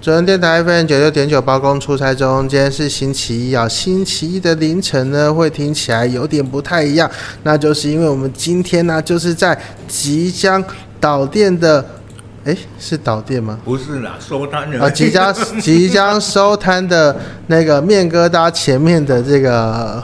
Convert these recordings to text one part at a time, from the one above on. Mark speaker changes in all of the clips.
Speaker 1: 主人电台 FM 九六点九包公出差中，今天是星期一啊、星期一的凌晨呢，会听起来有点不太一样，那就是因为我们今天呢、就是在即将导电的，诶，是导电吗？
Speaker 2: 不是啦，收摊人
Speaker 1: 啊，即将即将收摊的那个面疙瘩前面的这个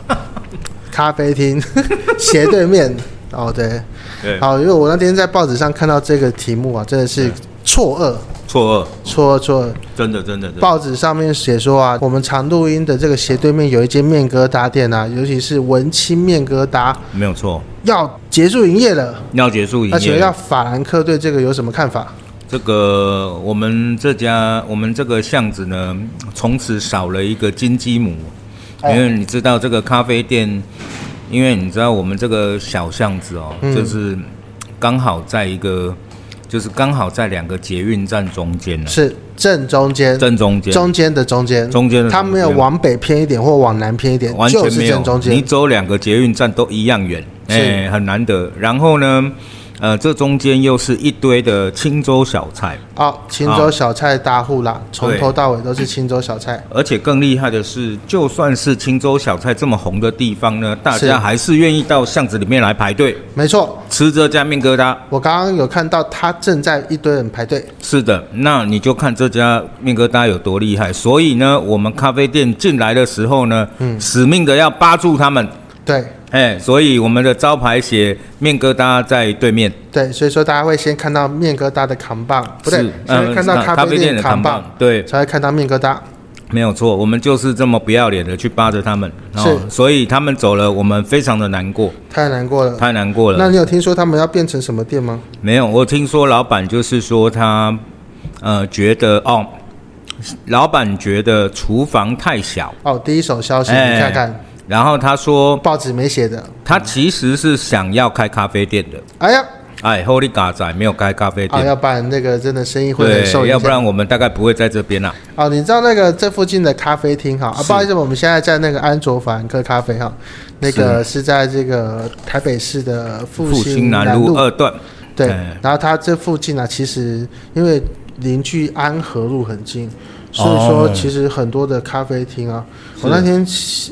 Speaker 1: 咖啡厅 斜对面。哦，对，
Speaker 2: 对，
Speaker 1: 好，因为我那天在报纸上看到这个题目啊，真的是错愕，
Speaker 2: 错愕，
Speaker 1: 错愕，错愕。
Speaker 2: 真的真的真的，
Speaker 1: 报纸上面写说啊，我们常录音的这个斜对面有一间面疙瘩店啊，尤其是文青面疙瘩
Speaker 2: 没有错。
Speaker 1: 要结束营业了，
Speaker 2: 要结束营
Speaker 1: 而且
Speaker 2: 业
Speaker 1: 啊要
Speaker 2: 了，
Speaker 1: 法兰克对这个有什么看法？
Speaker 2: 这个我们这家我们这个巷子呢，从此少了一个金鸡母，
Speaker 1: 哎
Speaker 2: 因为你知道这个咖啡店，因为你知道我们这个小巷子哦，
Speaker 1: 嗯
Speaker 2: 就是刚好在一个，就是刚好在两个捷运站中间呢，
Speaker 1: 是正中间，
Speaker 2: 正中间，
Speaker 1: 中间的中间，
Speaker 2: 中间的
Speaker 1: 它没有
Speaker 2: 中间
Speaker 1: 往北偏一点或往南偏一点，
Speaker 2: 完
Speaker 1: 就
Speaker 2: 全
Speaker 1: 是
Speaker 2: 没有
Speaker 1: 正中，
Speaker 2: 你
Speaker 1: 间。
Speaker 2: 走两个捷运站都一样远，
Speaker 1: 是
Speaker 2: 哎、很难得。然后呢，呃，这中间又是一堆的青州小菜，
Speaker 1: 哦，青州小菜大户啦，从头到尾都是青州小菜。
Speaker 2: 而且更厉害的是，就算是青州小菜这么红的地方呢，大
Speaker 1: 是
Speaker 2: 家还是愿意到巷子里面来排队
Speaker 1: 没错，
Speaker 2: 吃这家面疙瘩。
Speaker 1: 我刚刚有看到他正在一堆人排队。
Speaker 2: 是的，那你就看这家面疙瘩有多厉害。所以呢，我们咖啡店进来的时候呢，
Speaker 1: 嗯
Speaker 2: 使命的要扒住他们，
Speaker 1: 对
Speaker 2: 哎，所以我们的招牌写面疙瘩在对面。
Speaker 1: 对，所以说大家会先看到面疙瘩的扛棒，不对
Speaker 2: 是，
Speaker 1: 先会
Speaker 2: 嗯
Speaker 1: 看到
Speaker 2: 那
Speaker 1: 咖
Speaker 2: 咖
Speaker 1: 啡
Speaker 2: 啡
Speaker 1: 店
Speaker 2: 店
Speaker 1: 的
Speaker 2: 的
Speaker 1: 扛
Speaker 2: 扛
Speaker 1: 棒
Speaker 2: 棒，对
Speaker 1: 才会看到面疙瘩。
Speaker 2: 没有错，我们就是这么不要脸的去扒着他们，哦，
Speaker 1: 是
Speaker 2: 所以他们走了，我们非常的难过，
Speaker 1: 太难过了。
Speaker 2: 太难过
Speaker 1: 呃那
Speaker 2: 了。
Speaker 1: 你有听说他们要变成什么店吗？
Speaker 2: 没有，我听说老板就是说他，呃，觉得哦，老板觉得厨房太小，
Speaker 1: 哦，第一手消息，
Speaker 2: 哎
Speaker 1: 你看看，
Speaker 2: 然后他说
Speaker 1: 报纸没写的。
Speaker 2: 他其实是想要开咖啡店的，
Speaker 1: 哎呀，
Speaker 2: 哎，Holy 嘎仔没有开咖啡
Speaker 1: 啊，
Speaker 2: 店，
Speaker 1: 要不然那个真的生意会很受
Speaker 2: 对，
Speaker 1: 影
Speaker 2: 要不
Speaker 1: 响。
Speaker 2: 然我们大概不会在这边啦、
Speaker 1: 哦，你知道那个这附近的咖啡厅哈、啊，
Speaker 2: 是
Speaker 1: 不好意思，我们现在在那个安卓法兰克咖啡哈，那个是在这个台北市的复
Speaker 2: 复
Speaker 1: 兴
Speaker 2: 兴
Speaker 1: 南
Speaker 2: 南
Speaker 1: 路
Speaker 2: 路二段，
Speaker 1: 对
Speaker 2: 哎，
Speaker 1: 然后它这附近呢、啊，其实因为邻距安和路很近，所以说
Speaker 2: 哦
Speaker 1: 其实很多的咖啡厅啊，
Speaker 2: 是
Speaker 1: 我那天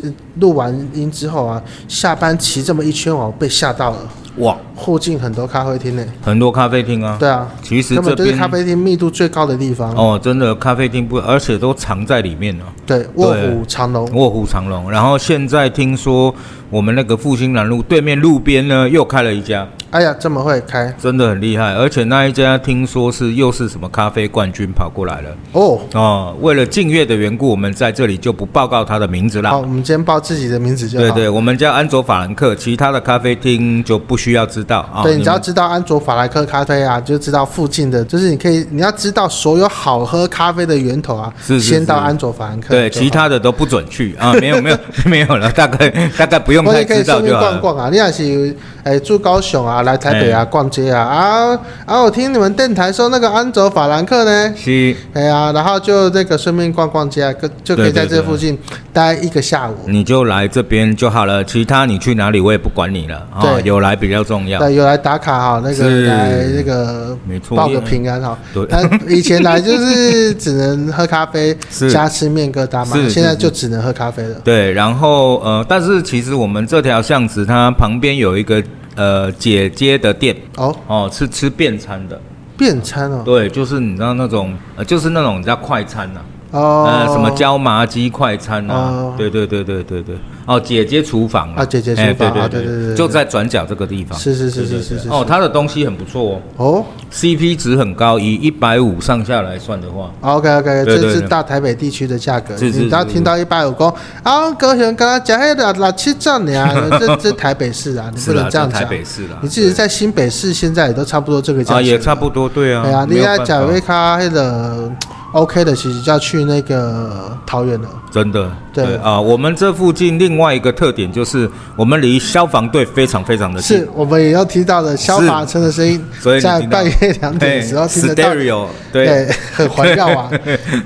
Speaker 1: 呃录完音之后啊，下班骑这么一圈，我被吓到了，
Speaker 2: 哇，
Speaker 1: 附近很多咖啡厅呢、
Speaker 2: 很多咖啡厅啊，
Speaker 1: 对啊，
Speaker 2: 其实
Speaker 1: 根本
Speaker 2: 这
Speaker 1: 就是
Speaker 2: 边
Speaker 1: 咖啡厅密度最高的地方，
Speaker 2: 哦，真的咖啡厅不，而且都藏在里面了、哦
Speaker 1: 对，卧虎藏龙，
Speaker 2: 卧虎藏龙。然后现在听说我们那个复兴南路对面路边呢又开了一家，
Speaker 1: 哎呀，这么会开
Speaker 2: 真的很厉害。而且那一家听说是又是什么咖啡冠军跑过来了
Speaker 1: 哦。
Speaker 2: 哦。为了敬业的缘故，我们在这里就不报告他的名字
Speaker 1: 好，
Speaker 2: 啦。
Speaker 1: 我们今天报自己的名字就好。
Speaker 2: 对对，我们叫安卓法兰克，其他的咖啡厅就不需要知道啊。
Speaker 1: 对，你
Speaker 2: 们
Speaker 1: 只要知道安卓法莱克咖啡啊，就知道附近的，就是你可以，你要知道所有好喝咖啡的源头啊，
Speaker 2: 是是
Speaker 1: 先到
Speaker 2: 是
Speaker 1: 安卓法兰克就好。
Speaker 2: 对其他的都不准去啊，没有没 有没有了，大概大概不用
Speaker 1: 或
Speaker 2: 太
Speaker 1: 者可以
Speaker 2: 知道
Speaker 1: 顺便
Speaker 2: 就好
Speaker 1: 逛
Speaker 2: 了。哎
Speaker 1: 逛啊，你也是哎、住高雄啊，来台北啊、逛街啊啊啊！我听你们电台说那个安卓法兰克呢，
Speaker 2: 是。
Speaker 1: 哎呀、然后就这个顺便逛逛街啊，跟就可以
Speaker 2: 对对
Speaker 1: 在这
Speaker 2: 对
Speaker 1: 附近待一个下午。
Speaker 2: 你就来这边就好了，其他你去哪里我也不管你了啊、
Speaker 1: 对
Speaker 2: 有来比较重要。
Speaker 1: 对，有来打卡哈，那个
Speaker 2: 是
Speaker 1: 来那个
Speaker 2: 没错
Speaker 1: 报个平安哈。
Speaker 2: 对
Speaker 1: 他以前来就是只能喝咖啡
Speaker 2: 是
Speaker 1: 加吃面疙瘩嘛
Speaker 2: 是，是
Speaker 1: 现在就只能喝咖啡了。
Speaker 2: 对，然后呃，但是其实我们这条巷子它旁边有一个呃姐姐的店
Speaker 1: 哦，
Speaker 2: 哦，是吃便餐的。
Speaker 1: 便餐哦，
Speaker 2: 对，就是你知道那种呃，就是那种叫快餐呐、啊，
Speaker 1: 哦
Speaker 2: 呃，，什么椒麻鸡快餐呐、啊
Speaker 1: 哦
Speaker 2: 对对对对对对。哦，姐姐厨房
Speaker 1: 啊姐姐厨
Speaker 2: 哎
Speaker 1: 房啊
Speaker 2: 对
Speaker 1: 对对对对
Speaker 2: 就在转角这个地方。
Speaker 1: 是是是是
Speaker 2: 对
Speaker 1: 是是
Speaker 2: 哦，它的东西很不错哦
Speaker 1: 哦
Speaker 2: ，CP 值很高，以一百五上下来算的话，
Speaker 1: ，OK OK，
Speaker 2: 对对
Speaker 1: 这
Speaker 2: 对
Speaker 1: 是大台北地区的价格，
Speaker 2: 是是
Speaker 1: 你只要
Speaker 2: 是
Speaker 1: 听到一百五公，啊，高雄刚刚讲那六六七站的啊，这这台北市啊，你不
Speaker 2: 是啦，
Speaker 1: 能这样
Speaker 2: 在
Speaker 1: 讲
Speaker 2: 台。北市啦，
Speaker 1: 你自己在新北市现在也都差不多这个价
Speaker 2: 啊
Speaker 1: 钱，
Speaker 2: 也差不多，对啊。
Speaker 1: 对啊，你
Speaker 2: 没有
Speaker 1: 要
Speaker 2: 办
Speaker 1: 讲
Speaker 2: 法
Speaker 1: 维卡那个 OK 的，其实就要去那个桃园了。
Speaker 2: 真的，
Speaker 1: 对
Speaker 2: 啊，我们这附近另外一个特点就是，我们离消防队非常非常的近
Speaker 1: 是，我们也要听到的消防车的声音
Speaker 2: 是所以，你
Speaker 1: 在
Speaker 2: 听到
Speaker 1: 半夜两点的时候听得到，
Speaker 2: ，stereo，
Speaker 1: 对
Speaker 2: 对，，
Speaker 1: 很环绕啊。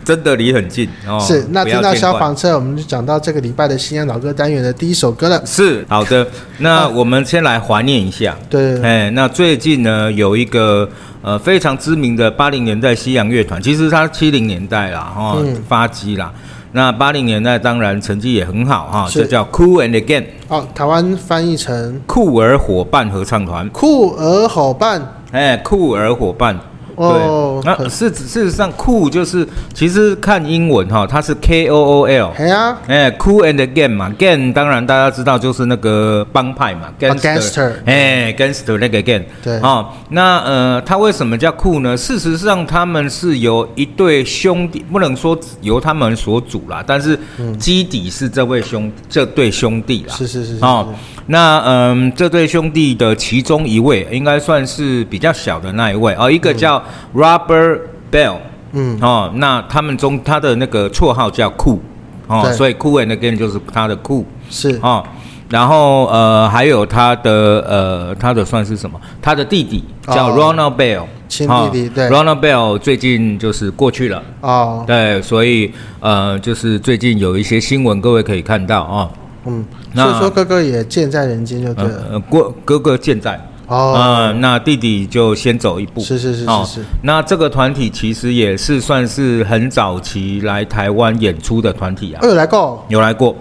Speaker 2: 真的离很近 哦。
Speaker 1: 是，那
Speaker 2: 不要
Speaker 1: 听到
Speaker 2: 见
Speaker 1: 消
Speaker 2: 怪
Speaker 1: 防车，我们就讲到这个礼拜的西安老歌单元的第一首歌了。
Speaker 2: 是好的，
Speaker 1: 啊
Speaker 2: 那我们先来怀念一下。
Speaker 1: 对
Speaker 2: 哎，那最近呢有一个呃非常知名的八零年代西洋乐团，其实它七零年代啦哈、
Speaker 1: 嗯
Speaker 2: 发迹啦。那八零年代当然成绩也很好哈，
Speaker 1: 是
Speaker 2: 这叫 Cool and Again
Speaker 1: 哦，台湾翻译成
Speaker 2: 酷儿伙伴合唱团，
Speaker 1: 酷儿伙伴
Speaker 2: 哎，酷儿伙伴。
Speaker 1: 哦
Speaker 2: 对，那
Speaker 1: 很
Speaker 2: 事事实上酷就是其实看英文哈，它是 K O O L，
Speaker 1: 嘿啊
Speaker 2: 哎，Cool and Gang 嘛，Gang 当然大家知道就是那个帮派嘛
Speaker 1: 啊 gangster
Speaker 2: 哎，Gangster 那个 Gang，
Speaker 1: 对
Speaker 2: 哦，那呃，他为什么叫酷呢？事实上，他们是由一对兄弟，不能说由他们所组啦，但是
Speaker 1: 嗯
Speaker 2: 基底是这位兄这对兄弟啦，
Speaker 1: 是是是是
Speaker 2: 哦，那嗯，这对兄弟的其中一位应该算是比较小的那一位哦，一个叫 Robert Bell，
Speaker 1: 嗯，
Speaker 2: 哦，那他们中他的那个绰号叫酷，哦
Speaker 1: 对，
Speaker 2: 所以 Cool and Again 就是他的酷，
Speaker 1: 是
Speaker 2: 哦，然后呃还有他的呃他的算是什么？他的弟弟叫
Speaker 1: 哦
Speaker 2: Ronald Bell，哦
Speaker 1: 亲弟弟对
Speaker 2: ，Ronald Bell 最近就是过去了。
Speaker 1: 哦，
Speaker 2: 对，所以呃，就是最近有一些新闻，各位可以看到啊、哦，
Speaker 1: 嗯，
Speaker 2: 那
Speaker 1: 所以说哥哥也健在人间就对了。
Speaker 2: 呃，过哥哥健在，
Speaker 1: 哦，
Speaker 2: 嗯，那弟弟就先走一步。
Speaker 1: 是是是是
Speaker 2: 哦
Speaker 1: 是，
Speaker 2: 那这个团体其实也是算是很早期来台湾演出的团体啊
Speaker 1: 哦，，有来过，
Speaker 2: 有来过，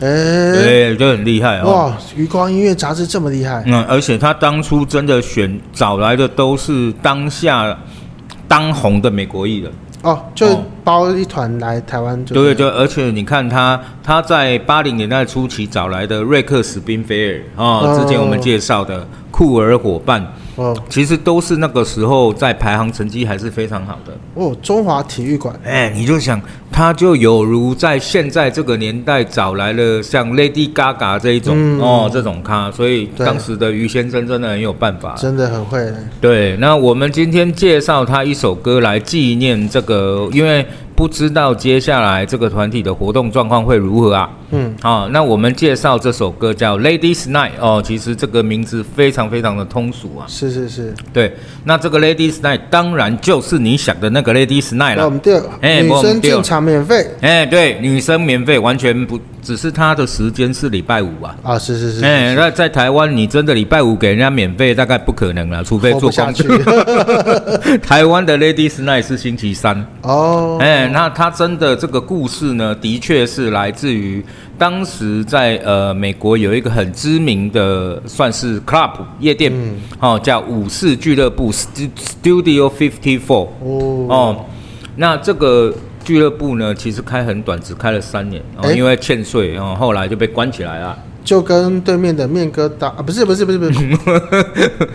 Speaker 1: 哎，
Speaker 2: 对，就很厉害哦。
Speaker 1: 哇，余光音乐杂志这么厉害，
Speaker 2: 嗯，而且他当初真的选找来的都是当下当红的美国艺人，
Speaker 1: 哦，就
Speaker 2: 哦
Speaker 1: 包一团来台湾就
Speaker 2: 对对
Speaker 1: 对了，
Speaker 2: 对，而且你看他他在八零年代初期找来的瑞克·史宾菲尔哦，之前我们介绍的酷儿伙伴，
Speaker 1: 哦
Speaker 2: 其实都是那个时候在排行成绩还是非常好的。
Speaker 1: 哦，中华体育馆，
Speaker 2: 哎，你就想，他就有如在现在这个年代找来了像 Lady Gaga 这一种、
Speaker 1: 嗯
Speaker 2: 哦，这种咖，所以
Speaker 1: 对
Speaker 2: 当时的于先生真的很有办法。
Speaker 1: 真的很会，
Speaker 2: 对，那我们今天介绍他一首歌来纪念这个，因为不知道接下来这个团体的活动状况会如何啊。
Speaker 1: 嗯，
Speaker 2: 好、那我们介绍这首歌叫《Ladies Night》哦，其实这个名字非常非常的通俗啊。
Speaker 1: 是是是，
Speaker 2: 对，那这个 Ladies Night 当然就是你想的那个 Ladies Night
Speaker 1: 那
Speaker 2: 了
Speaker 1: 我。们第二
Speaker 2: 哎
Speaker 1: 女
Speaker 2: 我
Speaker 1: 生
Speaker 2: 们第二
Speaker 1: 进场免费
Speaker 2: 哎，对，女生免费，完全不，只是她的时间是礼拜五啊。
Speaker 1: 啊，是是是，
Speaker 2: 哎，那在台湾，你真的礼拜五给人家免费，大概不可能了，除非
Speaker 1: 活
Speaker 2: 做
Speaker 1: 不下
Speaker 2: 工
Speaker 1: 去
Speaker 2: 去。台湾的 Ladies Night 是星期三。
Speaker 1: 哦，
Speaker 2: 哎，那他真的这个故事呢，的确是来自于当时在呃美国有一个很知名的算是 club 夜店，
Speaker 1: 嗯
Speaker 2: 哦，叫武士俱乐部 Stu- Studio Fifty Four
Speaker 1: 哦，
Speaker 2: 哦，那这个俱乐部呢，其实开很短，只开了三年，哦，
Speaker 1: 哎
Speaker 2: 因为欠税，哦，后来就被关起来了。
Speaker 1: 就跟对面的面疙瘩啊，不是不是不是不是，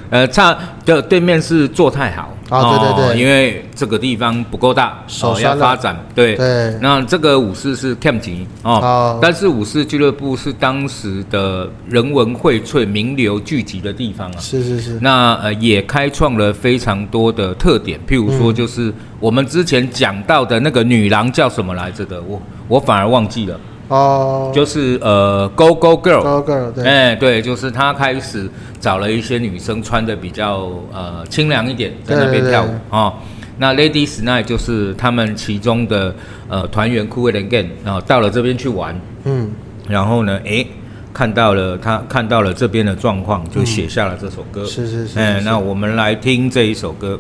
Speaker 2: 呃，差就对面是做太好哦
Speaker 1: 啊对对对
Speaker 2: 因为这个地方不够大，哦
Speaker 1: 手酸
Speaker 2: 要
Speaker 1: 了
Speaker 2: 发展 对。
Speaker 1: 对，
Speaker 2: 那这个武士是 Camp 级哦，
Speaker 1: 哦
Speaker 2: 但是武士俱乐部是当时的人文荟萃、名流聚集的地方啊。
Speaker 1: 是是是，
Speaker 2: 那呃，也开创了非常多的特点，譬如
Speaker 1: 嗯
Speaker 2: 说，就是我们之前讲到的那个女郎叫什么来着的，我我反而忘记了，
Speaker 1: 哦，
Speaker 2: 就是呃，Go Go Girl，
Speaker 1: 高个对，
Speaker 2: 哎、对，就是他开始找了一些女生穿的比较呃清凉一点，在那边
Speaker 1: 对对对
Speaker 2: 跳舞哦。那 Ladies Night 就是他们其中的呃团员 Cool and Gang，然后哦到了这边去玩，
Speaker 1: 嗯，
Speaker 2: 然后呢，诶，看到了他看到了这边的状况，
Speaker 1: 嗯
Speaker 2: 就写下了这首歌。
Speaker 1: 是是是，
Speaker 2: 哎、
Speaker 1: 是
Speaker 2: 那我们来听这一首歌。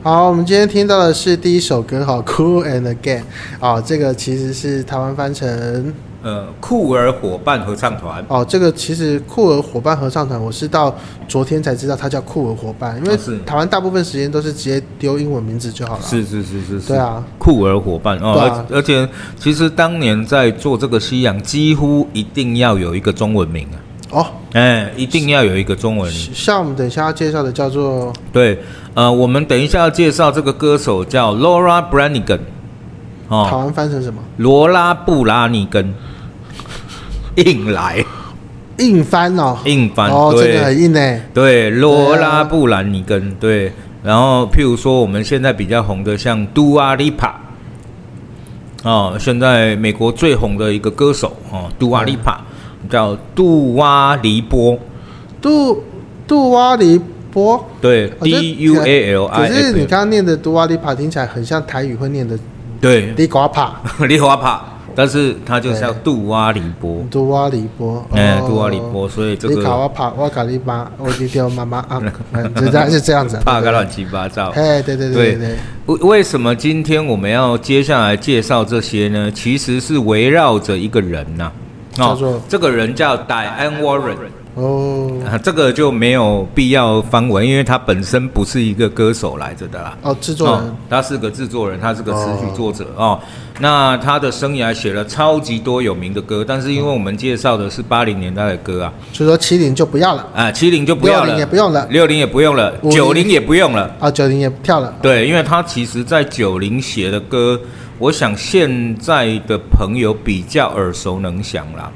Speaker 1: 好，我们今天听到的是第一首歌，好，Cool and Again，哦，这个其实是台湾翻成，
Speaker 2: 呃，酷儿伙伴合唱团，
Speaker 1: 哦，这个其实酷儿伙伴合唱团，我是到昨天才知道它叫酷儿伙伴，因为
Speaker 2: 哦是
Speaker 1: 台湾大部分时间都是直接丢英文名字就好了，，
Speaker 2: 是是是是是，
Speaker 1: 对啊，
Speaker 2: 酷儿伙伴哦，
Speaker 1: 对啊
Speaker 2: 而而且其实当年在做这个西洋，几乎一定要有一个中文名啊，
Speaker 1: 哦，
Speaker 2: 哎，一定要有一个中文名。
Speaker 1: 像我们等一下要介绍的叫做，
Speaker 2: 对，呃，我们等一下要介绍这个歌手叫 Laura Branigan，
Speaker 1: 台
Speaker 2: 哦，
Speaker 1: 湾翻成什么？
Speaker 2: 罗拉布拉尼根，硬来
Speaker 1: 硬翻哦，
Speaker 2: 硬翻，
Speaker 1: 哦，这个
Speaker 2: 对
Speaker 1: 很硬诶，
Speaker 2: 对，罗拉布兰尼根，对。然后，譬如说我们现在比较红的，像杜阿丽帕，哦，现在美国最红的一个歌手哦，杜
Speaker 1: 嗯
Speaker 2: 阿丽帕叫杜瓦黎波，
Speaker 1: 杜杜瓦里波。
Speaker 2: 对
Speaker 1: 哦这
Speaker 2: ，D U A L I
Speaker 1: 可是你
Speaker 2: F，嗯
Speaker 1: 刚刚念的杜瓦里帕听起来很像台语会念的
Speaker 2: 对，
Speaker 1: 你瓜帕
Speaker 2: 利华帕，但是他就叫杜阿里波，
Speaker 1: 杜瓦里波，
Speaker 2: 哎，
Speaker 1: 哦
Speaker 2: 杜阿里波，所以这
Speaker 1: 你卡
Speaker 2: 个
Speaker 1: 我帕我卡你妈，我你丢妈妈 啊，嗯就这样是这样子，
Speaker 2: 怕个乱七八糟。
Speaker 1: 哎，对对对对对，
Speaker 2: 为为什么今天我们要接下来介绍这些呢？其实是围绕着一个人呐、哦
Speaker 1: 叫做
Speaker 2: 这个人叫 Diane Warren，
Speaker 1: 哦
Speaker 2: 啊，这个就没有必要翻文，因为他本身不是一个歌手来着的啦。
Speaker 1: 哦，制作
Speaker 2: 哦
Speaker 1: 人，
Speaker 2: 他是个制作人，他是个词曲作者哦那他的生涯写了超级多有名的歌，但是因为我们介绍的是八零年代的歌啊，
Speaker 1: 所以说七零就不要了，
Speaker 2: 啊，七零就不要
Speaker 1: 60
Speaker 2: 了，
Speaker 1: 也不用了
Speaker 2: 六零也不用了，
Speaker 1: 50
Speaker 2: 九零也不用了。
Speaker 1: 啊，九零也跳了，
Speaker 2: 对，因为他其实在九零写的歌，我想现在的朋友比较耳熟能详啦。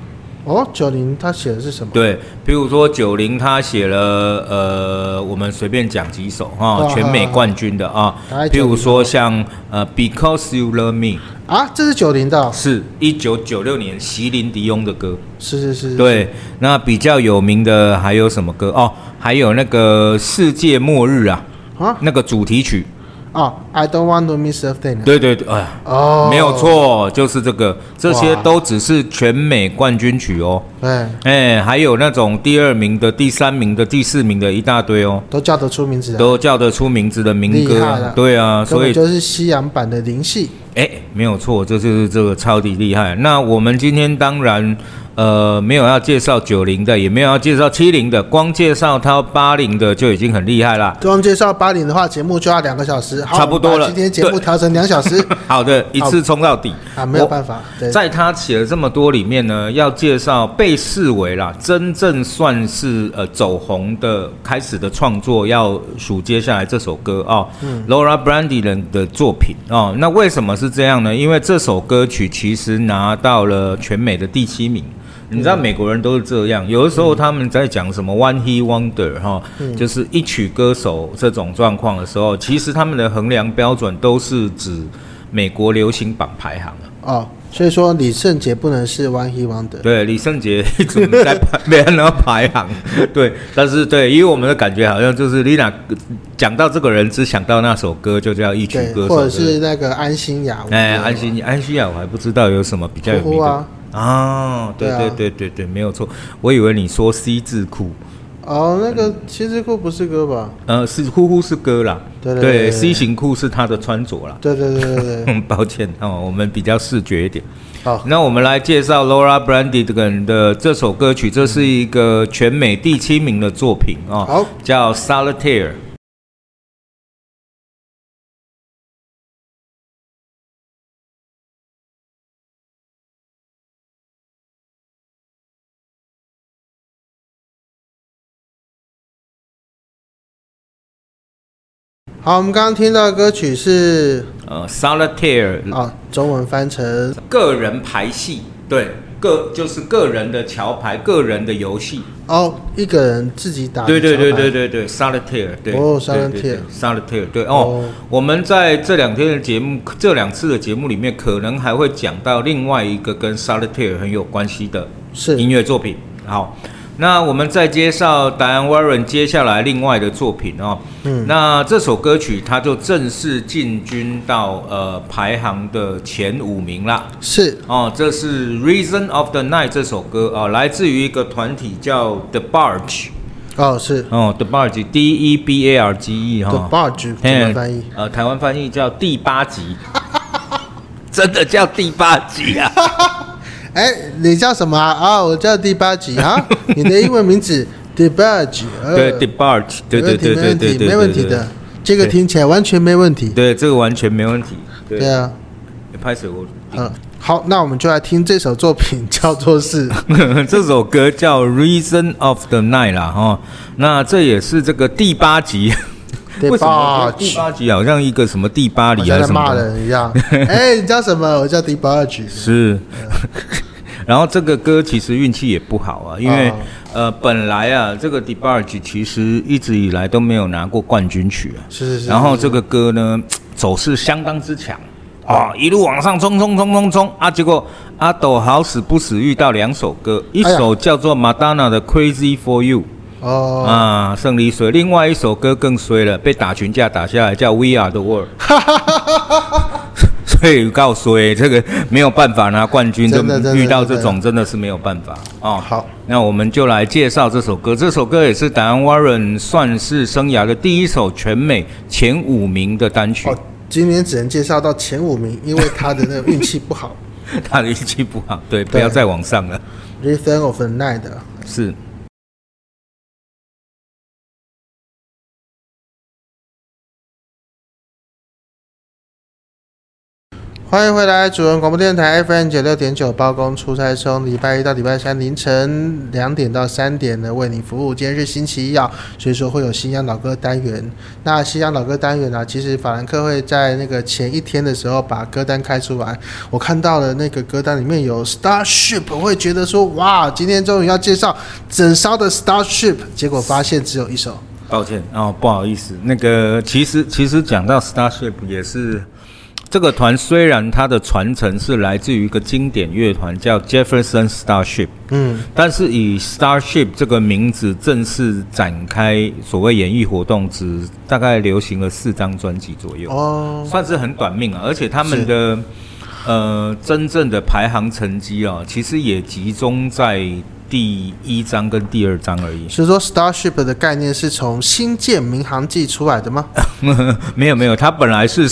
Speaker 1: 哦，九零他写的是什么？
Speaker 2: 对，比如说九零他写了呃，我们随便讲几首哈，
Speaker 1: 啊
Speaker 2: 全美冠军的啊
Speaker 1: 大概，90
Speaker 2: 譬如说像呃，Because You Love Me
Speaker 1: 啊，这是九零的哦，
Speaker 2: 是一九九六年席琳迪翁的歌，
Speaker 1: 是是是，是，
Speaker 2: 对，那比较有名的还有什么歌哦？还有那个世界末日啊，
Speaker 1: 啊
Speaker 2: 那个主题曲，
Speaker 1: 哦，I don't want to miss a thing，
Speaker 2: 对对对，哎呀。
Speaker 1: 哦，
Speaker 2: 没有，错，就是这个，这些
Speaker 1: 哇
Speaker 2: 都只是全美冠军曲哦。
Speaker 1: 哎，
Speaker 2: 哎，还有那种第二名的、第三名的、第四名的一大堆哦，
Speaker 1: 都叫得出名字的，
Speaker 2: 都叫得出名字的民歌
Speaker 1: 厉害
Speaker 2: 啊
Speaker 1: 了。
Speaker 2: 对啊，
Speaker 1: 根
Speaker 2: 所
Speaker 1: 本
Speaker 2: 以
Speaker 1: 就是西洋版的灵系，
Speaker 2: 哎，没有错，这就是这个超级厉害。那我们今天当然呃没有要介绍九零的，也没有要介绍七零的，光介绍他八零的就已经很厉害啦。
Speaker 1: 光介绍八零的话，节目就要两个小时，好
Speaker 2: 差不多了
Speaker 1: 我们把今天节目
Speaker 2: 对
Speaker 1: 调成两小时
Speaker 2: 好的，一次冲到底
Speaker 1: 啊，没有
Speaker 2: 我
Speaker 1: 办法，对，
Speaker 2: 在他写的这么多里面呢，要介绍被视为啦，真正算是呃走红的开始的创作，要数接下来这首歌哦、l a u r a Brandy 人的作品哦。那为什么是这样呢？因为这首歌曲其实拿到了全美的第七名。你知道美国人都是这样，有的时候他们在讲什么 “one hit wonder” 哈、就是一曲歌手这种状况的时候，其实他们的衡量标准都是指美国流行榜排行。
Speaker 1: 哦，所以说李圣杰不能是 One He Wonder，
Speaker 2: 对，李圣杰一直在排 没人要排行，对，但是对，因为我们的感觉好像就是丽娜讲到这个人，只想到那首歌，就叫一曲
Speaker 1: 对，
Speaker 2: 歌手，
Speaker 1: 或者
Speaker 2: 对
Speaker 1: 是那个安心雅，
Speaker 2: 不对哎，安，心安心雅，我还不知道有什么比较有
Speaker 1: 呼
Speaker 2: 名
Speaker 1: 呼
Speaker 2: 的
Speaker 1: 啊
Speaker 2: 哦，对
Speaker 1: 对啊
Speaker 2: 对对对对，没有错，我以为你说 C 字裤，
Speaker 1: 哦，那个其实库不是歌吧？
Speaker 2: 呃，是呼呼是歌啦，
Speaker 1: 对对对对
Speaker 2: 对，C 型裤是他的穿着啦，
Speaker 1: 对对对对对，
Speaker 2: 嗯， 抱歉哦，我们比较视觉一点。
Speaker 1: 好，
Speaker 2: 那我们来介绍 Laura Brandy 这个人的这首歌曲，这是一个全美第七名的作品啊、
Speaker 1: 好
Speaker 2: 叫《Solitaire》。
Speaker 1: 好，我们刚刚听到的歌曲是
Speaker 2: 呃，《Solitaire》
Speaker 1: 啊，中文翻成
Speaker 2: 个人牌戏，对，个就是个人的桥牌，个人的游戏。
Speaker 1: 哦，一个人自己打，
Speaker 2: 对对对对，对对，Solitaire，对，
Speaker 1: 啊哦
Speaker 2: 对对对 Solitaire，对哦
Speaker 1: 哦。
Speaker 2: 我们在这两天的节目，这两次的节目里面，可能还会讲到另外一个跟 Solitaire 很有关系的音
Speaker 1: 是
Speaker 2: 乐作品。好，那我们再介绍 Diane Warren 接下来另外的作品哦。
Speaker 1: 嗯
Speaker 2: 那这首歌曲它就正式进军到呃排行的前五名啦。
Speaker 1: 是
Speaker 2: 哦，这是《Reason of the Night》这首歌啊、哦，来自于一个团体叫 The Barge
Speaker 1: 哦是
Speaker 2: 哦，The Barge D E B A R G E 哈、
Speaker 1: The Barge 怎么翻译？
Speaker 2: 呃，台湾翻译叫第 八集，真的叫第八集啊。
Speaker 1: 哎，你叫什么啊？啊，我叫第八集 啊，你的英文名字第八集，呃
Speaker 2: 对，The Barge，对
Speaker 1: 没
Speaker 2: 对
Speaker 1: 问题没
Speaker 2: 对对
Speaker 1: 问
Speaker 2: 对
Speaker 1: 题，
Speaker 2: 对，
Speaker 1: 没问题
Speaker 2: 对
Speaker 1: 的。，这个听起来完全没问题。
Speaker 2: 对，这个完全没问题。对，
Speaker 1: 对啊，
Speaker 2: 拍水我。
Speaker 1: 嗯，好，那我们就来听这首作品，叫做是
Speaker 2: 这首歌叫《Reason of the Night》啦，哈、那这也是这个第八集。
Speaker 1: The
Speaker 2: 为什么
Speaker 1: Barge
Speaker 2: 第八集好像一个什么第八
Speaker 1: 好
Speaker 2: 里
Speaker 1: 像
Speaker 2: 还是
Speaker 1: 在
Speaker 2: 啊什么
Speaker 1: 骂
Speaker 2: 的？
Speaker 1: 人一样。 哎，你叫什么？我叫第八集。
Speaker 2: 是。 然后这个歌其实运气也不好啊，因为、
Speaker 1: 啊
Speaker 2: 呃本来啊这个 d e b a r g e 其实一直以来都没有拿过冠军曲啊，
Speaker 1: 是是是。
Speaker 2: 然后这个歌呢走势相当之强啊、一路往上冲冲冲冲冲啊，结果阿斗好死不死遇到两首歌，一
Speaker 1: 哎呀
Speaker 2: 首叫做 Madonna 的 Crazy for You。
Speaker 1: 哦，
Speaker 2: 啊，胜利水。另外一首歌更衰了，被打群架打下来，叫《We Are the World》。对，告衰，这个没有办法拿冠军，
Speaker 1: 真的真的
Speaker 2: 遇到这
Speaker 1: 真的
Speaker 2: 种真的是没有办法哦。
Speaker 1: 好，
Speaker 2: 那我们就来介绍这首歌，这首歌也是达安 Warren 算是生涯的第一首全美前五名的单曲。
Speaker 1: 哦，今天只能介绍到前五名，因为他的那个运气不好。
Speaker 2: 他的运气不好，对，不要再往上了。
Speaker 1: Rhythm of the Night，
Speaker 2: 是，
Speaker 1: 欢迎回来，主人广播电台 FM 九六点九，包工出差中，礼拜一到礼拜三凌晨两点到三点呢，为你服务。今天是星期一啊，所以说会有新疆老歌单元。那新疆老歌单元呢、啊，其实法兰克会在那个前一天的时候把歌单开出来，我看到了那个歌单里面有 Starship，我会觉得说哇，今天终于要介绍整烧的 Starship，结果发现只有一首。
Speaker 2: 抱歉哦，不好意思。那个，其实其实讲到 Starship 也是这个团，虽然它的传承是来自于一个经典乐团叫 Jefferson Starship，
Speaker 1: 嗯，
Speaker 2: 但是以 Starship 这个名字正式展开所谓演艺活动，只大概流行了四张专辑左右。
Speaker 1: 哦，
Speaker 2: 算是很短命啊，而且他们的呃真正的排行成绩啊，其实也集中在第一章跟第二章而已。
Speaker 1: 是说 Starship 的概念是从《星舰民航记》出来的吗？
Speaker 2: 没有没有，它本来是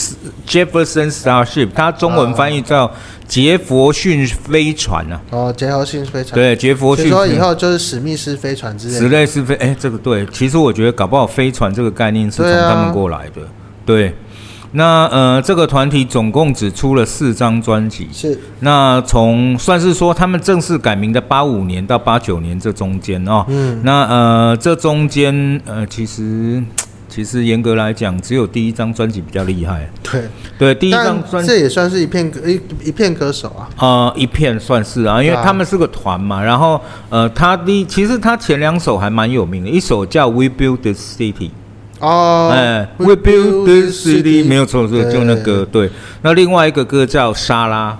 Speaker 2: Jefferson Starship，它中文翻译叫杰佛逊飞船啊。
Speaker 1: 哦，结合性飞船。
Speaker 2: 对，杰佛
Speaker 1: 所以
Speaker 2: 逊。
Speaker 1: 说以后就是史密斯飞船之类
Speaker 2: 此
Speaker 1: 的。
Speaker 2: 类是飞，哎、这个对，其实我觉得搞不好飞船这个概念是从
Speaker 1: 对啊
Speaker 2: 他们过来的。对，那呃，这个团体总共只出了四张专辑，
Speaker 1: 是
Speaker 2: 那从算是说他们正式改名的八五年到八九年这中间哦，
Speaker 1: 嗯，
Speaker 2: 那呃这中间呃其实其实严格来讲，只有第一张专辑比较厉害，
Speaker 1: 对。
Speaker 2: 对，第一张
Speaker 1: 但
Speaker 2: 专
Speaker 1: 这也算是一片歌一一片歌手啊。
Speaker 2: 呃一片算是啊，因
Speaker 1: 对
Speaker 2: 为
Speaker 1: 啊
Speaker 2: 他们是个团嘛，然后呃他第其实他前两首还蛮有名的，一首叫 We Build This City，
Speaker 1: 哦，
Speaker 2: 哎，We Build This City 没有错，是
Speaker 1: 对
Speaker 2: 就那个对，那另外一个歌叫莎拉。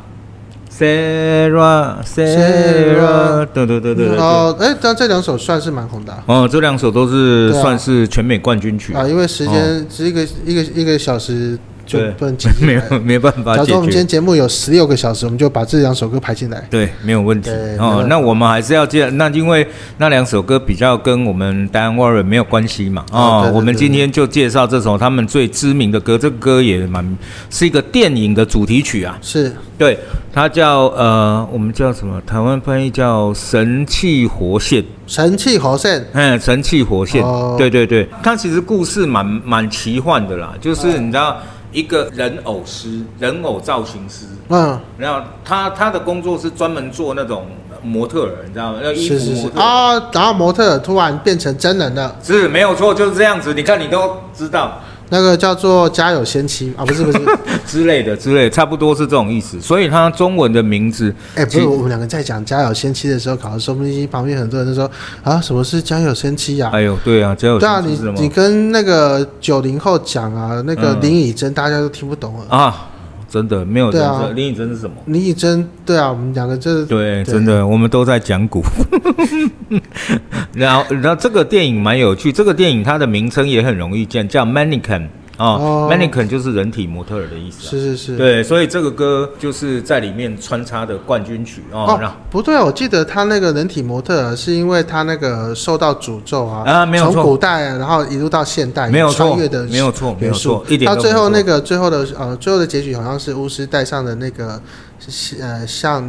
Speaker 2: Sarah, Sarah，
Speaker 1: Sarah
Speaker 2: 对对对对对，
Speaker 1: 哦，哎，但这两首算是蛮红的啊，
Speaker 2: 哦，这两首都是
Speaker 1: 对啊
Speaker 2: 算是全美冠军曲，
Speaker 1: 啊因为时间只一个一个一个小时就
Speaker 2: 哦对
Speaker 1: 不能挤进
Speaker 2: 没
Speaker 1: 来。
Speaker 2: 有没办法
Speaker 1: 假如
Speaker 2: 解
Speaker 1: 说我们今
Speaker 2: 决
Speaker 1: 天。节目有十六个小时，我们就把这两首歌排进来。
Speaker 2: 对，没有问题
Speaker 1: 对没办
Speaker 2: 哦
Speaker 1: 法。
Speaker 2: 那我们还是要介，那因为那两首歌比较跟我们 Dan Warren 没有关系嘛，
Speaker 1: 哦
Speaker 2: 哦，
Speaker 1: 对对
Speaker 2: 我们今天就介绍这首他们最知名的歌，这个歌也蛮是一个电影的主题曲啊。
Speaker 1: 是
Speaker 2: 对，它叫呃，我们叫什么？台湾翻译叫《神气活现》。
Speaker 1: 神气猴线，
Speaker 2: 嗯，神气活现，
Speaker 1: 哦
Speaker 2: 对对对，它其实故事蛮蛮奇幻的啦，就是你知道一个人偶师、人偶造型师，
Speaker 1: 嗯，
Speaker 2: 然后他他的工作是专门做那种模特儿，你知道吗？要衣服
Speaker 1: 是是
Speaker 2: 模
Speaker 1: 是
Speaker 2: 特儿
Speaker 1: 啊，然后模特儿突然变成真人了，
Speaker 2: 是没有错，就是这样子。你看，你都知道
Speaker 1: 那个叫做家有仙妻啊，不是不 是。
Speaker 2: 之类的之类的，差不多是这种意思。所以它中文的名字，
Speaker 1: 哎、不
Speaker 2: 其
Speaker 1: 是，我们两个在讲家有仙妻的时候，搞得说不定旁边很多人都说啊，什么是家有仙妻呀、啊？
Speaker 2: 哎呦，对啊，只有
Speaker 1: 对啊，
Speaker 2: 是
Speaker 1: 你
Speaker 2: 什么
Speaker 1: 你跟那个九零后讲啊，那个
Speaker 2: 嗯
Speaker 1: 林以真，大家都听不懂了。
Speaker 2: 啊，真的没有
Speaker 1: 对
Speaker 2: 人
Speaker 1: 啊
Speaker 2: 知道林以真是什么。
Speaker 1: 林以真，对啊，我们两个就是
Speaker 2: 对，
Speaker 1: 对
Speaker 2: 真的，我们都在讲股。 然后，然后这个电影蛮有趣，这个电影它的名称也很容易见，叫 mannequin 哦
Speaker 1: 哦
Speaker 2: m a n n e q u i n 就是人体模特儿的意思啊、
Speaker 1: 是是是，
Speaker 2: 对，所以这个歌就是在里面穿插的冠军曲哦。然
Speaker 1: 哦
Speaker 2: 后，
Speaker 1: 不对啊，我记得他那个人体模特儿是因为他那个受到诅咒啊，
Speaker 2: 啊没有错
Speaker 1: 从古代然后一路到现代，
Speaker 2: 没有错
Speaker 1: 穿越的
Speaker 2: 没有错没有
Speaker 1: 元素
Speaker 2: 错一点
Speaker 1: 到
Speaker 2: 都
Speaker 1: 最
Speaker 2: 没
Speaker 1: 后
Speaker 2: 错
Speaker 1: 那个最后的呃最后的结局好像是巫师戴上的那个呃项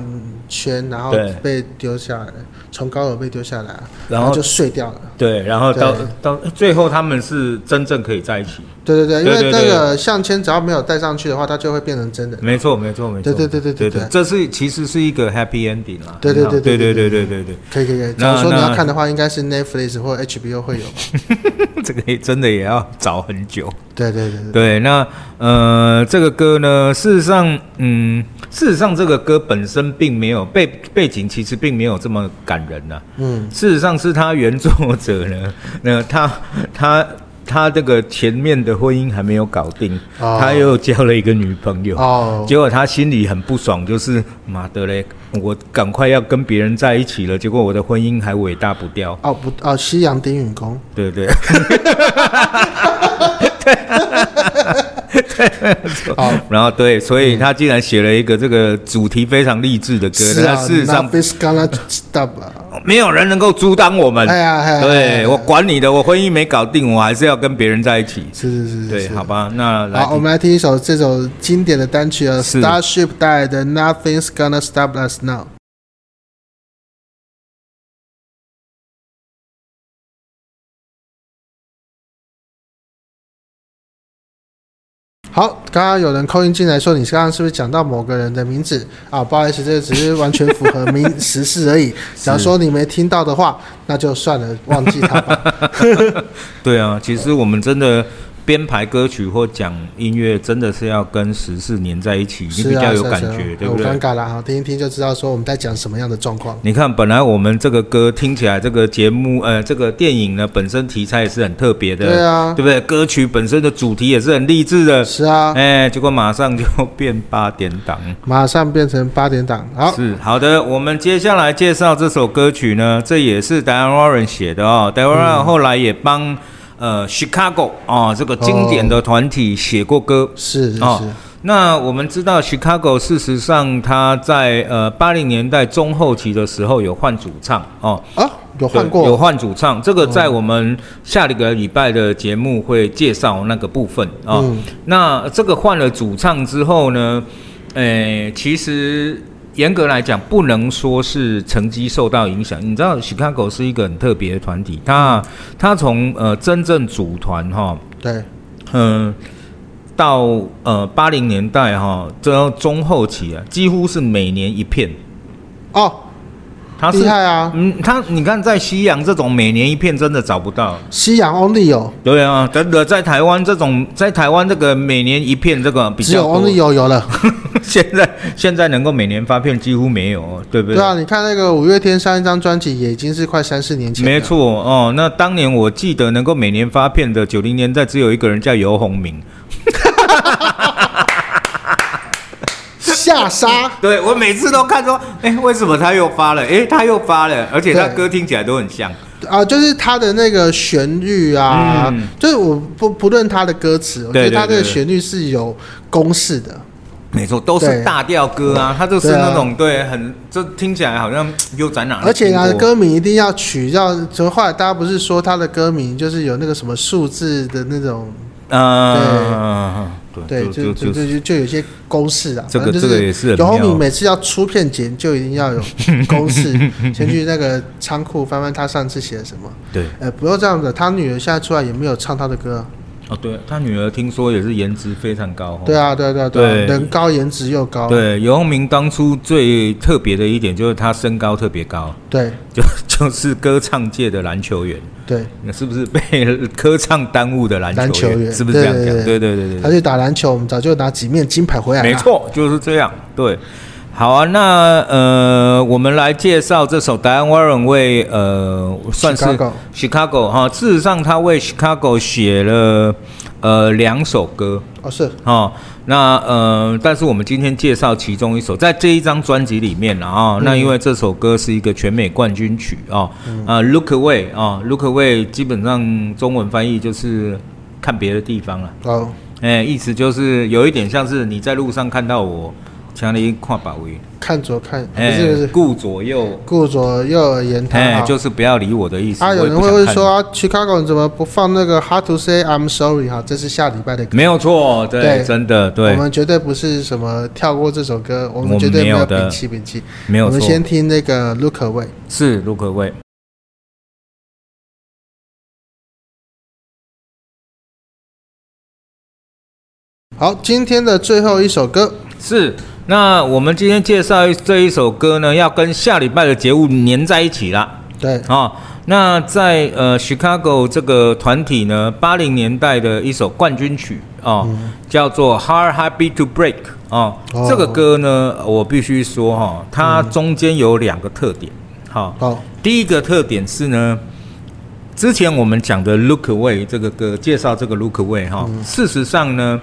Speaker 1: 圈，然后
Speaker 2: 对
Speaker 1: 被丢下来，从高楼被丢下来啊，
Speaker 2: 然
Speaker 1: 然
Speaker 2: 后
Speaker 1: 后就碎掉了。
Speaker 2: 对，然后到
Speaker 1: 对
Speaker 2: 到最后他们是真正可以在一起。
Speaker 1: 对对对，因
Speaker 2: 对
Speaker 1: 为
Speaker 2: 对
Speaker 1: 那
Speaker 2: 对
Speaker 1: 个项圈只要没有戴上去的话，它就会变成真人。
Speaker 2: 没错，没错，没错。
Speaker 1: 对对对对
Speaker 2: 对
Speaker 1: 对
Speaker 2: 对
Speaker 1: 对，
Speaker 2: 这是其实是一个 happy ending 啊啦。
Speaker 1: 对对
Speaker 2: 很好对
Speaker 1: 对对
Speaker 2: 对
Speaker 1: 对
Speaker 2: 对对对
Speaker 1: 可以可以可以，假
Speaker 2: 那
Speaker 1: 如说你
Speaker 2: 那
Speaker 1: 要看的话，应该是 Netflix 或 HBO 会有吧。
Speaker 2: 对，这个也真的也要找很久。
Speaker 1: 对对对对。
Speaker 2: 对，那呃，这个歌呢，事实上，嗯，事实上，这个歌本身并没有背背景，其实并没有这么感人啊呐、
Speaker 1: 嗯，
Speaker 2: 事实上，是他原作者呢， 那他他他这个前面的婚姻还没有搞定，
Speaker 1: 哦
Speaker 2: 他又交了一个女朋友。
Speaker 1: 哦，
Speaker 2: 结果他心里很不爽，就是妈的嘞，我赶快要跟别人在一起了，结果我的婚姻还伟大不掉。
Speaker 1: 哦不哦，西洋丁允公
Speaker 2: 对对，哦
Speaker 1: 好，
Speaker 2: 然后对，所以他竟然写了一个这个主题非常励志的歌，
Speaker 1: 是
Speaker 2: 那
Speaker 1: 啊，
Speaker 2: 事实上
Speaker 1: b i s c a n a stop 啊。
Speaker 2: 没有人能够阻挡我们。
Speaker 1: 哎呀哎呀哎
Speaker 2: 对
Speaker 1: 呀
Speaker 2: 我管你的，我婚姻没搞定，我还是要跟别人在一起。
Speaker 1: 是是是是
Speaker 2: 对，
Speaker 1: 是
Speaker 2: 好吧，那来
Speaker 1: 好，我
Speaker 2: 听，
Speaker 1: 们来听一首这首经典的单曲啊
Speaker 2: 是
Speaker 1: ，Starship 带来的《Nothing's Gonna Stop Us Now》。好，刚刚有人扣音进来说，你刚刚是不是讲到某个人的名字啊？不好意思，这个只是完全符合名 时事而已。假如说你没听到的话，那就算了，忘记他 吧。
Speaker 2: 对啊，其实我们真的编排歌曲或讲音乐，真的是要跟时事粘在一起，你
Speaker 1: 是
Speaker 2: 比
Speaker 1: 啊，
Speaker 2: 较有
Speaker 1: 是啊
Speaker 2: 感
Speaker 1: 是啊
Speaker 2: 觉，对
Speaker 1: 我
Speaker 2: 不对
Speaker 1: 尴？尬了哈，听一听就知道说我们在讲什么样的状况。
Speaker 2: 你看，本来我们这个歌听起来，这个节目呃，这个电影呢本身题材也是很特别的，
Speaker 1: 对啊
Speaker 2: 对不对？歌曲本身的主题也是很励志的，
Speaker 1: 是啊，
Speaker 2: 哎，结果马上就变八点档。
Speaker 1: 马上变成八点档。好，
Speaker 2: 是好的，我们接下来介绍这首歌曲呢，这也是 Diane Warren 写的哦。Diane
Speaker 1: 嗯
Speaker 2: Warren 后来也帮呃 Chicago 哦这个经典的团体写过歌。
Speaker 1: 是是
Speaker 2: 哦
Speaker 1: 是，
Speaker 2: 那我们知道 Chicago 事实上它在呃八零年代中后期的时候有换主唱哦，
Speaker 1: 啊，有
Speaker 2: 对
Speaker 1: 换过，嗯
Speaker 2: 有哦换主唱，这个在我们下一个礼拜的节目会介绍那个部分啊、哦
Speaker 1: 嗯
Speaker 2: 那这个换了主唱之后呢，诶，其实严格来讲，不能说是成绩受到影响。你知道，Chicago 是一个很特别的团体，
Speaker 1: 嗯
Speaker 2: 它它从呃真正组团哈，
Speaker 1: 对，
Speaker 2: 嗯、到呃八零年代哈，这、中后期啊，几乎是每年一片。
Speaker 1: 哦，
Speaker 2: 它是
Speaker 1: 厉害啊，
Speaker 2: 嗯，他你看，在西洋这种每年一片真的找不到。
Speaker 1: 西洋 only 有，
Speaker 2: 对啊，真的在台湾这种，在台湾这个每年一片这个比
Speaker 1: 只
Speaker 2: 较
Speaker 1: 有
Speaker 2: 多
Speaker 1: only。有有了。
Speaker 2: 现在现在能够每年发片几乎没有哦，对不对？
Speaker 1: 对啊，你看那个五月天上一张专辑也已经是快三四年前了，
Speaker 2: 没错哦，那当年我记得能够每年发片的，九零年代只有一个人叫游鸿明。
Speaker 1: 下沙
Speaker 2: 对我每次都看说，哎，为什么他又发了？哎，他又发了，而且他
Speaker 1: 对
Speaker 2: 歌听起来都很像。
Speaker 1: 啊，就是他的那个旋律啊，
Speaker 2: 嗯
Speaker 1: 就是我不不论他的歌词，我觉
Speaker 2: 对
Speaker 1: 得
Speaker 2: 对
Speaker 1: 他这个
Speaker 2: 对对
Speaker 1: 旋律是有公式的。
Speaker 2: 没错，都是
Speaker 1: 对
Speaker 2: 大调歌啊，他就是
Speaker 1: 对啊
Speaker 2: 那种对很，这听起来好像又在哪里
Speaker 1: 而且
Speaker 2: 啊
Speaker 1: 啊
Speaker 2: 听
Speaker 1: 呢，
Speaker 2: 过
Speaker 1: 歌名一定要取要，就后来大家不是说他的歌名就是有那个什么数字的那种，
Speaker 2: 嗯，对
Speaker 1: 对，就就就就就有些公式啊。
Speaker 2: 这个
Speaker 1: 反正就
Speaker 2: 这个也是很
Speaker 1: 然后
Speaker 2: 妙
Speaker 1: 你每次要出片前就一定要有公 式，先去那个仓库翻翻他上次写的什么。
Speaker 2: 对
Speaker 1: 呃，不要这样子，他女儿现在出来也没有唱他的歌啊。
Speaker 2: 哦，对他女儿听说也是颜值非常高、哦，
Speaker 1: 对啊，对啊对啊对啊，
Speaker 2: 对
Speaker 1: 人高颜值又高。
Speaker 2: 对，游鸿明当初最特别的一点就是他身高特别高，
Speaker 1: 对
Speaker 2: 就就是歌唱界的篮球员，
Speaker 1: 对，
Speaker 2: 那是不是被 歌唱耽误的篮
Speaker 1: 篮球员
Speaker 2: 是不是这样讲？
Speaker 1: 对
Speaker 2: 对对对对
Speaker 1: 他
Speaker 2: 对，
Speaker 1: 去打篮球，我们早就拿几面金牌回来了。
Speaker 2: 没错，就是这样，对。好啊，那呃，我们来介绍这首 Diane Warren 为呃算是
Speaker 1: Chicago
Speaker 2: Chicago 哈、事实上他为 Chicago 写了呃两首歌，
Speaker 1: 哦，是
Speaker 2: 哦，那呃，但是我们今天介绍其中一首，在这一张专辑里面了啊、那因为这首歌是一个全美冠军曲啊，啊、l o o k Away 啊、l o o k Away 基本上中文翻译就是看别的地方了，
Speaker 1: 哦，
Speaker 2: 哎，意思就是有一点像是你在路上看到我，请你看把位，
Speaker 1: 看左看，啊不
Speaker 2: 哎
Speaker 1: 是不是，，
Speaker 2: 顾左右，
Speaker 1: 顾左右而言他啊
Speaker 2: 哎，
Speaker 1: 好。
Speaker 2: 就是不要理我的意思。
Speaker 1: 啊，有
Speaker 2: 我也
Speaker 1: 人
Speaker 2: 不
Speaker 1: 会
Speaker 2: 想
Speaker 1: 问
Speaker 2: 看
Speaker 1: 说、啊、，Chicago 你怎么不放那个 Hard to Say I'm Sorry 哈？这是下礼拜的歌，
Speaker 2: 没有错，对，
Speaker 1: 对
Speaker 2: 真的嗯对
Speaker 1: 我，们绝对不是什么跳过这首歌，我
Speaker 2: 我
Speaker 1: 们
Speaker 2: 们
Speaker 1: 绝对没
Speaker 2: 没有
Speaker 1: 有
Speaker 2: 的
Speaker 1: 摒弃摒弃。
Speaker 2: 没有
Speaker 1: 我
Speaker 2: 错
Speaker 1: 们，先听那个 Look Away。
Speaker 2: 是 Look Away。
Speaker 1: 好，今天的最后一首歌，
Speaker 2: 是，那我们今天介绍一这一首歌呢，要跟下礼拜的节目粘在一起啦。
Speaker 1: 对，
Speaker 2: 哦，那在呃 Chicago 这个团体呢，八零年代的一首冠军曲哦，叫做《Hard Happy to Break》哦，
Speaker 1: 嗯哦嗯
Speaker 2: 这个歌呢，我必须说哈、哦，它中间有两个特点。好、
Speaker 1: 好，
Speaker 2: 第一个特点是呢，之前我们讲的《Look Away》这个歌，介绍这个《Look Away》哈，
Speaker 1: 嗯
Speaker 2: 事实上呢，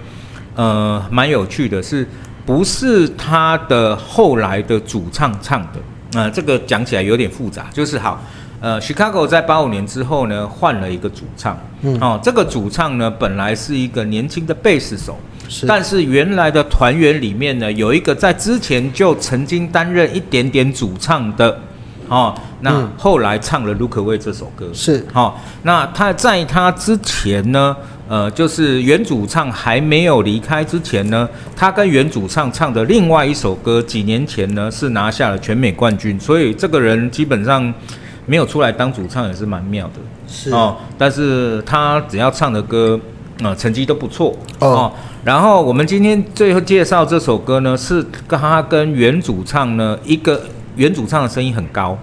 Speaker 2: 呃，蛮有趣的是，不是他的后来的主唱唱的？那、这个讲起来有点复杂，就是好，呃，Chicago 在八五年之后呢，换了一个主唱，
Speaker 1: 嗯
Speaker 2: 哦，这个主唱呢，本来是一个年轻的贝斯手，
Speaker 1: 是
Speaker 2: 但是原来的团员里面呢，有一个在之前就曾经担任一点点主唱的，哦，那
Speaker 1: 嗯
Speaker 2: 后来唱了《Look Away》这首歌，
Speaker 1: 是
Speaker 2: 好、那他在他之前呢，呃，就是原主唱还没有离开之前呢，他跟原主唱唱的另外一首歌，几年前呢是拿下了全美冠军，所以这个人基本上没有出来当主唱也是蛮妙的
Speaker 1: 是
Speaker 2: 哦。但是他只要唱的歌，呃，成绩都不错
Speaker 1: 哦
Speaker 2: 然后我们今天最后介绍这首歌呢，是他跟原主唱呢，一个原主唱的声音很高，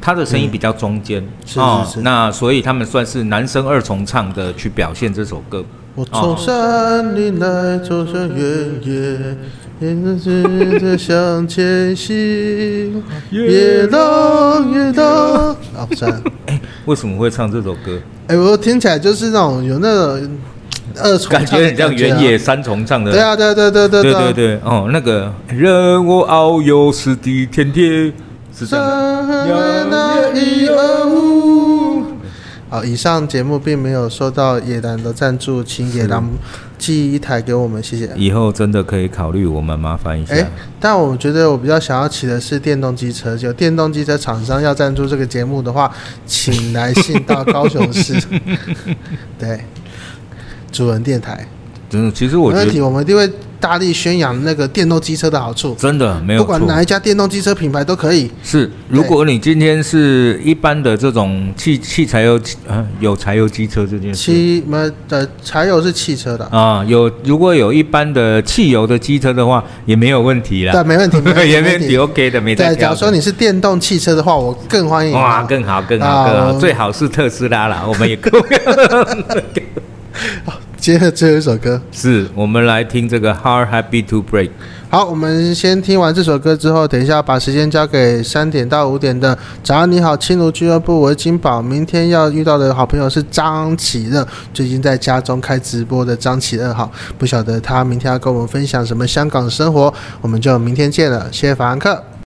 Speaker 2: 他的声音比较中间、哦
Speaker 1: 是是是
Speaker 2: 那所以他们算是男生二重唱的去表现这首歌。
Speaker 1: 我
Speaker 2: 哦
Speaker 1: 从山里来，走向原野，沿着直直向前
Speaker 2: 哦
Speaker 1: 行，越浪越浪。啊，不是啊，
Speaker 2: 为什么会唱这首歌？
Speaker 1: 哎、我听起来就是那种有那种二重
Speaker 2: 感
Speaker 1: 唱
Speaker 2: 觉
Speaker 1: 的
Speaker 2: 很像
Speaker 1: 感觉啊
Speaker 2: 原野。三重唱的。
Speaker 1: 对啊，对啊对啊对啊对啊
Speaker 2: 对
Speaker 1: 啊
Speaker 2: 对对，哦，那个任我遨游是地天天，是这样的。
Speaker 1: 山那一二五。好，以上节目并没有收到野狼的赞助，请野狼寄一台给我们，谢谢。
Speaker 2: 以后真的可以考虑我们，麻烦一下。
Speaker 1: 哎，但我觉得我比较想要骑的是电动机车。有电动机车厂商要赞助这个节目的话，请来信到高雄 市，对，主人电台。
Speaker 2: 真的，其实我
Speaker 1: 没
Speaker 2: 觉
Speaker 1: 问
Speaker 2: 得
Speaker 1: 题，我们一定会大力宣扬那个电动机车的好处，
Speaker 2: 真的没有
Speaker 1: 不
Speaker 2: 错
Speaker 1: 管。哪一家电动机车品牌都可以。
Speaker 2: 是，如果你今天是一般的这种汽汽柴油啊有柴油机车这件事
Speaker 1: 汽么的呃柴油是汽车的，
Speaker 2: 啊，有如果有一般的汽油的机车的话，也没有问题啦
Speaker 1: 对，，没问 题，
Speaker 2: 啊也
Speaker 1: 没问
Speaker 2: 没问
Speaker 1: 题
Speaker 2: 题。，OK 的，没在
Speaker 1: 对，假
Speaker 2: 挑
Speaker 1: 如说
Speaker 2: 的。
Speaker 1: 你是电动汽车的话，我更欢迎你。
Speaker 2: 哇，更好更好
Speaker 1: 啊
Speaker 2: 更
Speaker 1: 我
Speaker 2: 好，
Speaker 1: 们
Speaker 2: 最好是特斯拉啦，我们也够。
Speaker 1: 接着最后一首歌。
Speaker 2: 是我们来听这个《Hard Happy to Break》。
Speaker 1: 好，我们先听完这首歌之后，等一下把时间交给三点到五点的“早安你好，青庐俱乐部”，我是金宝。明天要遇到的好朋友是张启乐，最近在家中开直播的张启乐。好，不晓得他明天要跟我们分享什么香港生活，我们就明天见了。谢谢法兰克，